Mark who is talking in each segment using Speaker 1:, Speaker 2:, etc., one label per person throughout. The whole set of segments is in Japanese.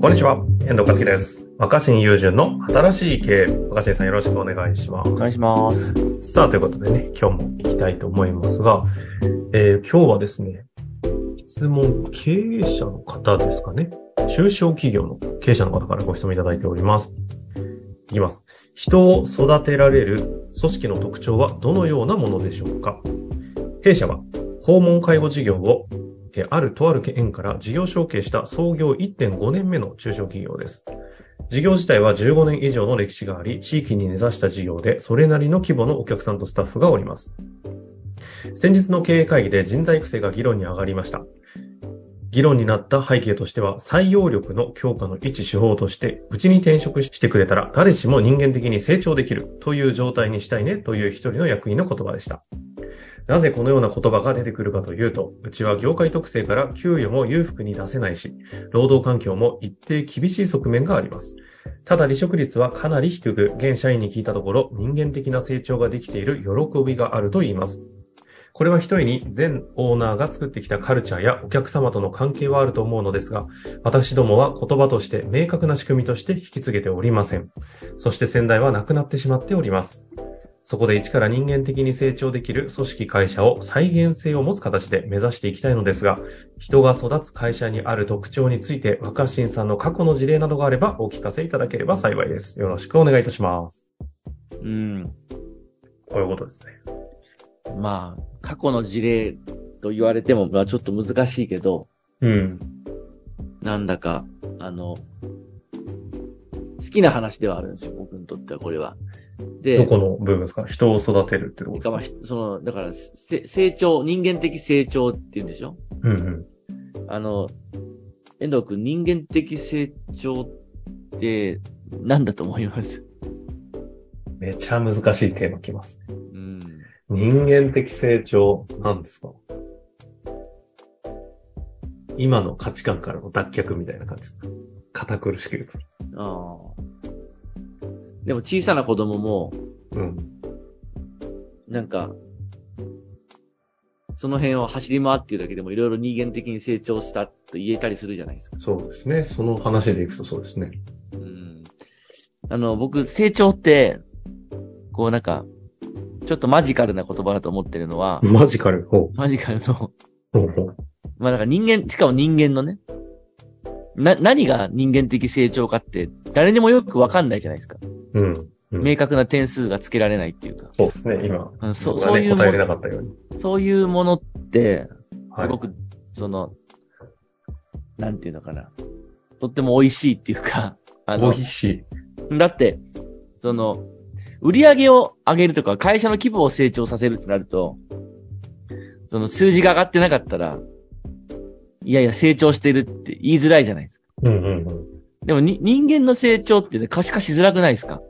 Speaker 1: こんにちは、遠藤和樹です。若新雄純の新しい経営。若新さんよろしくお願いします。
Speaker 2: お願いします。
Speaker 1: さあ、ということでね、今日も行きたいと思いますが、えー今日はですね、質問、経営者の方ですかね。中小企業の経営者の方からご質問いただいております。いきます。人を育てられる組織の特徴はどのようなものでしょうか弊社は訪問介護事業をえーあるとある県から事業承継した創業1.5年目の中小企業です。事業自体は15年以上の歴史があり、地域に根ざした事業で、それなりの規模のお客さんとスタッフがおります。先日の経営会議で人材育成が議論に上がりました。議論になった背景としては、採用力の強化の一手法として、うちに転職してくれたら、誰しも人間的に成長できるという状態にしたいねという一人の役員の言葉でした。なぜこのような言葉が出てくるかというと、うちは業界特性から給与も裕福に出せないし、労働環境も一定厳しい側面があります。ただ離職率はかなり低く、現社員に聞いたところ、人間的な成長ができている喜びがあると言います。これは一人に全オーナーが作ってきたカルチャーやお客様との関係はあると思うのですが、私どもは言葉として明確な仕組みとして引き継げておりません。そして先代はなくなってしまっております。そこで一から人間的に成長できる組織会社を再現性を持つ形で目指していきたいのですが、人が育つ会社にある特徴について、若新さんの過去の事例などがあればお聞かせいただければ幸いです。よろしくお願いいたします。
Speaker 2: うん。
Speaker 1: こういうことですね。
Speaker 2: まあ、過去の事例と言われても、まあちょっと難しいけど、
Speaker 1: うん。
Speaker 2: なんだか、あの、好きな話ではあるんですよ、僕にとってはこれは。
Speaker 1: ど
Speaker 2: で、
Speaker 1: この部分ですか人を育てるってところですか
Speaker 2: かまあ、ひその、だから、せ成長、人間的成長って言うんでしょ
Speaker 1: うんうん。
Speaker 2: あの、遠藤君、人間的成長って何だと思います
Speaker 1: めちゃ難しいテーマきます。
Speaker 2: うん。
Speaker 1: 人間的成長、なんですか今の価値観からの脱却みたいな感じですか堅苦しく言うと。
Speaker 2: ああ。でも小さな子供も、
Speaker 1: うん。
Speaker 2: なんか、その辺を走り回ってるだけでもいろいろ人間的に成長したと言えたりするじゃないですか。
Speaker 1: そうですね。その話でいくとそうですね。
Speaker 2: うん。あの、僕、成長って、こうなんか、ちょっとマジカルな言葉だと思ってるのは、
Speaker 1: マジカル。ほ
Speaker 2: マジカルの、
Speaker 1: う。ほうほう。
Speaker 2: まあなんか人間、しかも人間のね、な、何が人間的成長かって、誰にもよくわかんないじゃないですか。
Speaker 1: うん。うん
Speaker 2: 明確な点数がつけられないっていうか。
Speaker 1: そうですね。今。
Speaker 2: あのそ
Speaker 1: 僕が
Speaker 2: そうい
Speaker 1: ね、
Speaker 2: うも
Speaker 1: 答えれなかったように。
Speaker 2: そういうものって、
Speaker 1: はい
Speaker 2: すごく、その、なんていうのかな。とっても美味しいっていうか、 あ
Speaker 1: 美
Speaker 2: の、
Speaker 1: 味しい。
Speaker 2: だって、その、売り上げを上げるとか、会社の規模を成長させるってなると、その数字が上がってなかったら、いやいや成長してるって言いづらいじゃないですか。
Speaker 1: うんうんうん。
Speaker 2: でもに、人間の成長ってね、可視化しづらくないですか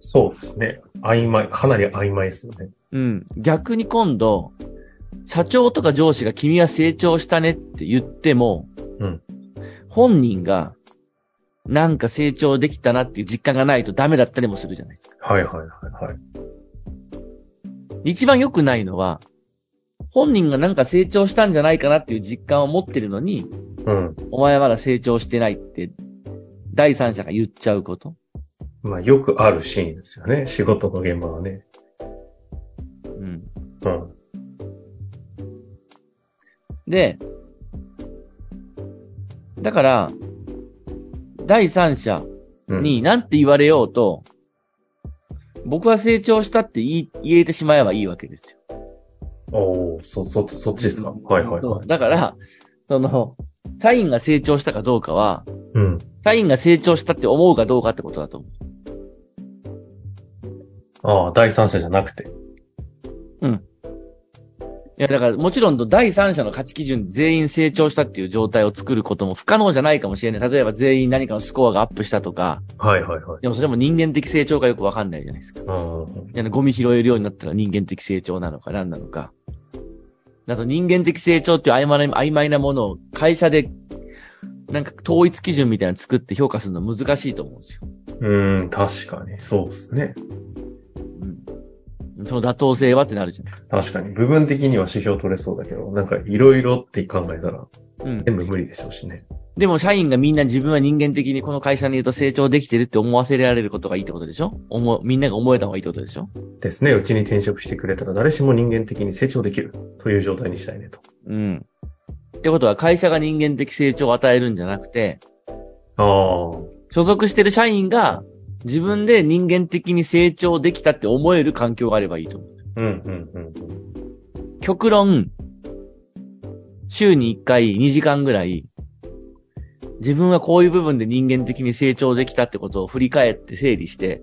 Speaker 1: そうですね。曖昧。かなり曖昧ですよね。
Speaker 2: うん。逆に今度、社長とか上司が君は成長したねって言っても、
Speaker 1: うん
Speaker 2: 本人が、なんか成長できたなっていう実感がないとダメだったりもするじゃないですか。
Speaker 1: はいはいはいはい。
Speaker 2: 一番良くないのは、本人がなんか成長したんじゃないかなっていう実感を持ってるのに、
Speaker 1: うん。
Speaker 2: お前はまだ成長してないって、第三者が言っちゃうこと。
Speaker 1: まあ、よくあるシーンですよね。仕事の現場はね。
Speaker 2: うん。
Speaker 1: うん。
Speaker 2: で、だから、第三者、
Speaker 1: うん、
Speaker 2: に何て言われようと、僕は成長したって言い言えてしまえばいいわけですよ。
Speaker 1: おおそ、そ、そっちですか。はいはいはい。
Speaker 2: だから、その、社員が成長したかどうかは、
Speaker 1: うん。
Speaker 2: 社員が成長したって思うかどうかってことだと思
Speaker 1: ああ、第三者じゃなくて。
Speaker 2: う。うん。いや、だから、もちろん、第三者の価値基準全員成長したっていう状態を作ることも不可能じゃないかもしれない。例えば全員何かのスコアがアップしたとか、
Speaker 1: はいはいはい。
Speaker 2: でもそれも人間的成長がよくわかんないじゃないですか。
Speaker 1: うん。
Speaker 2: あのゴミ拾えるようになったら人間的成長なのか何なのか。あと人間的成長っていう曖昧な曖昧なものを会社でなんか統一基準みたいなの作って評価するの難しいと思うんですよ。
Speaker 1: うん、確かに。そうですね。
Speaker 2: うん。その妥当性はってなるじゃないです
Speaker 1: 確かに。部分的には指標取れそうだけど、なんかいろいろって考えたら
Speaker 2: か。うん。
Speaker 1: 全部無理でしょうしね。
Speaker 2: でも社員がみんな自分は人間的にこの会社にいると成長できてるって思わせられることがいいってことでしょ思う、みんなが思えた方がいいってことでしょ
Speaker 1: ですね。うちに転職してくれたら誰しも人間的に成長できるという状態にしたいねと。
Speaker 2: うん。ってことは会社が人間的成長を与えるんじゃなくて、
Speaker 1: ああ。
Speaker 2: 所属してる社員が自分で人間的に成長できたって思える環境があればいいと思う。
Speaker 1: うん、うん、 うん。
Speaker 2: 極論、週に1回2時間ぐらい、自分はこういう部分で人間的に成長できたってことを振り返って整理して、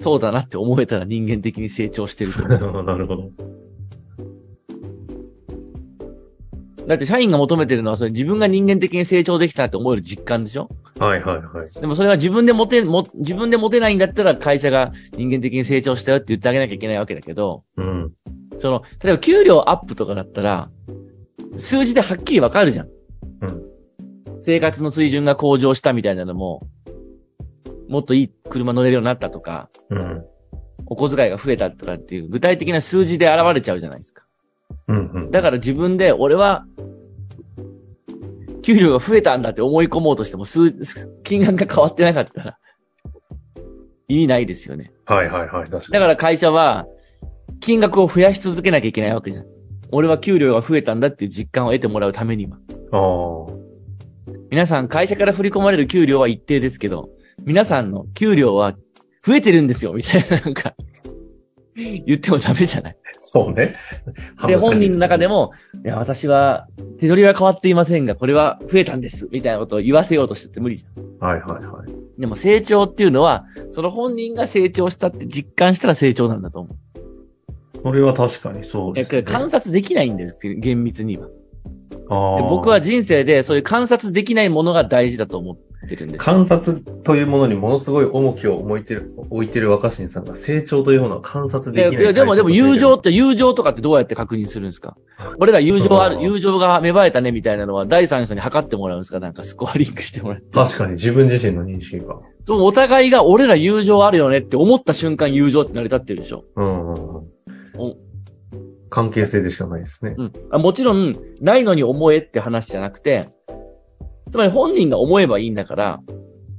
Speaker 2: そうだなって思えたら人間的に成長してる と思う。
Speaker 1: なるほど。
Speaker 2: だって社員が求めてるのはそれ自分が人間的に成長できたって思える実感でしょ
Speaker 1: はい、はい、はい。
Speaker 2: でもそれは自分で持て、も、自分で持てないんだったら会社が人間的に成長したよって言ってあげなきゃいけないわけだけど、
Speaker 1: うん。
Speaker 2: その、例えば給料アップとかだったら、数字ではっきりわかるじゃん。
Speaker 1: うん。
Speaker 2: 生活の水準が向上したみたいなのも、もっといい車乗れるようになったとか、
Speaker 1: うん。
Speaker 2: お小遣いが増えたとかっていう具体的な数字で現れちゃうじゃないですか。
Speaker 1: うん、うん。
Speaker 2: だから自分で、俺は、給料が増えたんだって思い込もうとしても、数、金額が変わってなかったら、意味ないですよね。
Speaker 1: はい、はい、はい。確か
Speaker 2: だ
Speaker 1: に。
Speaker 2: から会社は、金額を増やし続けなきゃいけないわけじゃん。俺は給料が増えたんだっていう実感を得てもらうためには。
Speaker 1: ああ。
Speaker 2: 皆さん、会社から振り込まれる給料は一定ですけど、皆さんの給料は増えてるんですよ、みたいな、なんか、言ってもダメじゃない。
Speaker 1: そうね。
Speaker 2: で、本人の中で。も、いや、私は、手取りは変わっていませんが、これは増えたんです、みたいなことを言わせようとしてて無理じゃん。
Speaker 1: はい、はい、はい。
Speaker 2: でも成長っていうのは、その本人が成長したって実感したら成長なんだと思う。
Speaker 1: それは確かにそう
Speaker 2: い
Speaker 1: で
Speaker 2: や
Speaker 1: す、ね。
Speaker 2: 観察できないんだよ、厳密には。
Speaker 1: あ
Speaker 2: で
Speaker 1: あ
Speaker 2: 僕は人生でそういう観察できないものが大事だと思ってるんです。
Speaker 1: 観察というものにものすごい重きを置いてる、置いてる若新さんが成長というものは観察
Speaker 2: い
Speaker 1: で
Speaker 2: や
Speaker 1: き
Speaker 2: い
Speaker 1: ない。
Speaker 2: やでも、でも友情っ
Speaker 1: と
Speaker 2: て、友情とかってどうやって確認するんですか俺ら友情あ
Speaker 1: う
Speaker 2: る、
Speaker 1: ん
Speaker 2: 友情が芽生えたねみたいなのは第三者に測ってもらうんですかなんかスコアリングしてもらう。
Speaker 1: 確かに自分自身の認識が。
Speaker 2: でもお互いが俺ら友情あるよねって思った瞬間友情って成り立ってるでしょ。
Speaker 1: うんうんうん。
Speaker 2: お
Speaker 1: 関係性でしかないですね。
Speaker 2: うんあ。もちろん、ないのに思えって話じゃなくて、つまり本人が思えばいいんだから、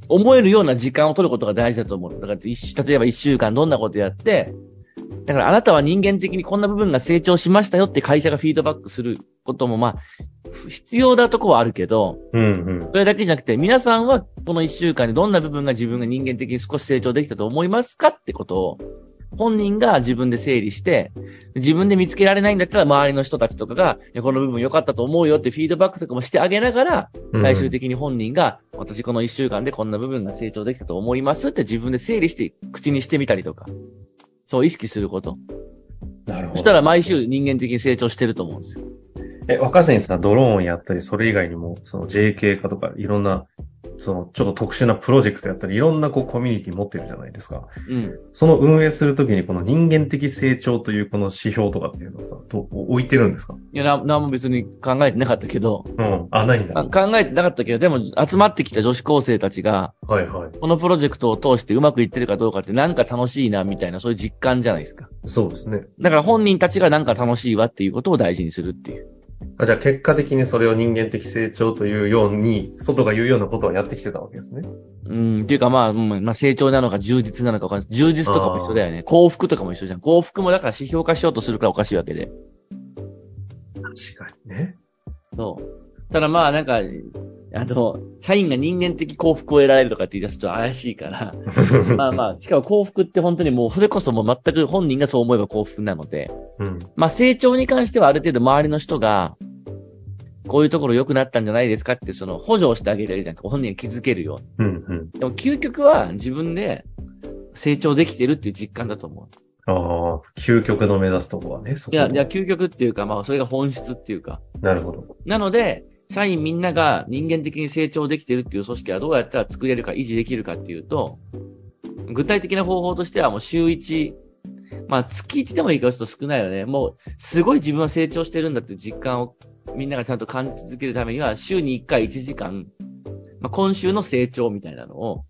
Speaker 2: 思えるような時間を取ることが大事だと思う。だから一週、例えば一週間どんなことやって、だからあなたは人間的にこんな部分が成長しましたよって会社がフィードバックすることも、まあ、必要なとこはあるけど、
Speaker 1: うんうん。
Speaker 2: それだけじゃなくて、皆さんはこの一週間でどんな部分が自分が人間的に少し成長できたと思いますかってことを、本人が自分で整理して、自分で見つけられないんだったら周りの人たちとかが、いやこの部分良かったと思うよってフィードバックとかもしてあげながら、
Speaker 1: うん
Speaker 2: 最終的に本人が、私この一週間でこんな部分が成長できたと思いますって自分で整理して、口にしてみたりとか、そう意識すること。
Speaker 1: なるほど。
Speaker 2: そしたら毎週人間的に成長してると思うんですよ。
Speaker 1: え、若新さん、ドローンやったり、それ以外にも、その JK 化とか、いろんな、その、ちょっと特殊なプロジェクトやったり、いろんなこう、コミュニティ持ってるじゃないですか。
Speaker 2: うん。
Speaker 1: その運営するときに、この人間的成長というこの指標とかっていうのをさ、どう置いてるんですか
Speaker 2: いや、な、なんも別に考えてなかったけど、
Speaker 1: うん。あ、ないんだ。
Speaker 2: あ考えてなかったけど、でも集まってきた女子高生たちが、
Speaker 1: はいはい。
Speaker 2: このプロジェクトを通してうまくいってるかどうかってなんか楽しいなみたいな、そういう実感じゃないですか。
Speaker 1: そうですね。
Speaker 2: だから本人たちがなんか楽しいわっていうことを大事にするっていう。
Speaker 1: あじゃあ結果的にそれを人間的成長というように、外が言うようなことはやってきてたわけですね。
Speaker 2: うん、っていうかまあ、うんまあ成長なのか充実なのかわかんない。充実とかも一緒だよね。幸福とかも一緒じゃん。幸福もだから指標化しようとするからおかしいわけで。
Speaker 1: 確かに ね。
Speaker 2: そう。ただまあなんか、あの、社員が人間的幸福を得られるとかって言い出すと怪しい から。まあまあ、しかも幸福って本当にもうそれこそもう全く本人がそう思えば幸福なので。
Speaker 1: うん。
Speaker 2: まあ、成長に関してはある程度周りの人が、こういうところ良くなったんじゃないですかって、その補助をしてあげるじゃんか、本人が気づけるよう
Speaker 1: うんうん。
Speaker 2: に。でも究極は自分で成長できてるっていう実感だと思う。
Speaker 1: ああ、究極の目指すとこはね、そこ
Speaker 2: い
Speaker 1: の
Speaker 2: や、いや、究極っていうか、まあ、それが本質っていうか。
Speaker 1: なるほど。
Speaker 2: なので、社員みんなが人間的に成長できてるっていう組織はどうやったら作れるか維持できるかっていうと、具体的な方法としてはもう週1、まあ月1でもいいからちょっと少ないよね。もうすごい自分は成長してるんだっていう実感をみんながちゃんと感じ続けるためには週に1回1時間、まあ今週の成長みたいなのを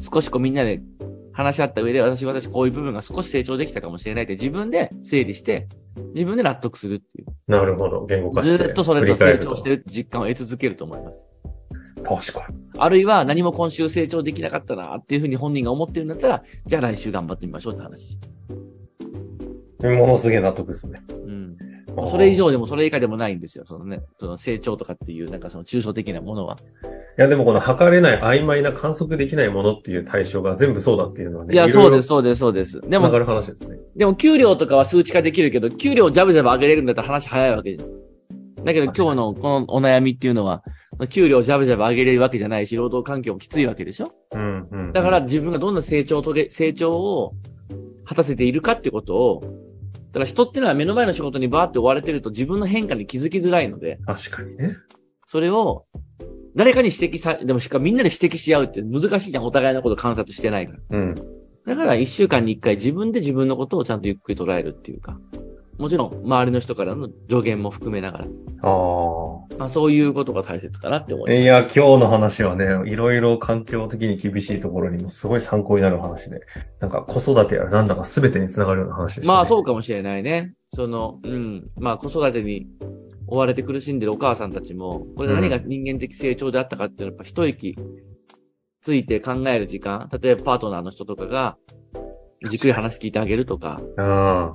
Speaker 2: 少しこうみんなで話し合った上で私私こういう部分が少し成長できたかもしれないって自分で整理して自分で納得するっていう。
Speaker 1: なるほど。言語化
Speaker 2: ず
Speaker 1: して。
Speaker 2: ーっとそれ
Speaker 1: 振
Speaker 2: が
Speaker 1: り返
Speaker 2: 成
Speaker 1: る
Speaker 2: 長してる実感を得続けると思います。
Speaker 1: 確かに。
Speaker 2: あるいは何も今週成長できなかったなっていうふうに本人が思ってるんだったら、じゃあ来週頑張ってみましょうって話。
Speaker 1: ものすげえ納得ですね。
Speaker 2: うん。それ以上でもそれ以下でもないんですよ。そのね、その成長とかっていう、なんかその抽象的なものは。
Speaker 1: いや、でもこの測れない、曖昧な観測できないものっていう対象が全部そうだっていうのはね。
Speaker 2: いや、
Speaker 1: ろ
Speaker 2: そう
Speaker 1: ろ
Speaker 2: です、そうです、そうです。で
Speaker 1: 繋が
Speaker 2: も、
Speaker 1: る話ですね。
Speaker 2: でも給料とかは数値化できるけど、給料をジャブジャブ上げれるんだったら話早いわけじゃん。だけど今日のこのお悩みっていうのは、給料をジャブジャブ上げれるわけじゃないし、労働環境もきついわけでしょ
Speaker 1: うん、うん。
Speaker 2: だから、自分がどんな成長を遂げ、成長を果たせているかってことを、だから人ってのは目の前の仕事にバーって追われてると自分の変化に気づきづらいので、
Speaker 1: 確かにね。
Speaker 2: それを誰かに指摘さ、でもしかみんなで指摘し合うって難しいじゃん、お互いのこと観察してないから。
Speaker 1: うん。
Speaker 2: だから一週間に一回自分で自分のことをちゃんとゆっくり捉えるっていうか、もちろん周りの人からの助言も含めながら、
Speaker 1: あ
Speaker 2: まあそういうことが大切かなって思い
Speaker 1: あ。
Speaker 2: ます。
Speaker 1: いや、今日の話はね、いろいろ環境的に厳しいところにもすごい参考になる話で、なんか子育てやらなんだか全てにつながるような話でした、ね。
Speaker 2: まあそうかもしれないね。その、うん。まあ子育てに追われて苦しんでるお母さんたちも、これが何が人間的成長であったかっていうのはやっぱ一息ついて考える時間、例えばパートナーの人とかが、じっくり話聞いてあげるとか、
Speaker 1: うん。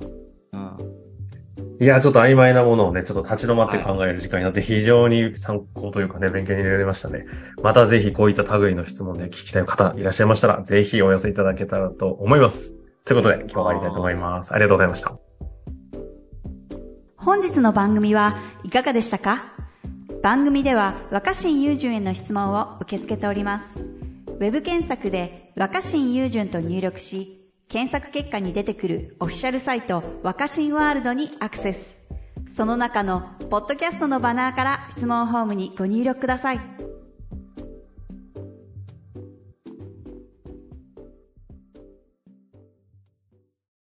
Speaker 2: うん。
Speaker 1: いや、ちょっと曖昧なものをね、ちょっと立ち止まって考える時間になって非常に参考というかね、勉強に入れられましたね。またぜひこういった類の質問で聞きたい方いらっしゃいましたら、ぜひお寄せいただけたらと思います。ということで、今日は終わりたいと思います。ありがとうございました。
Speaker 3: 本日の番組はいかがでしたか番組では若新雄純への質問を受け付けております。ウェブ検索で若新雄純と入力し、検索結果に出てくるオフィシャルサイト若新ワールドにアクセス。その中のポッドキャストのバナーから質問フォームにご入力ください。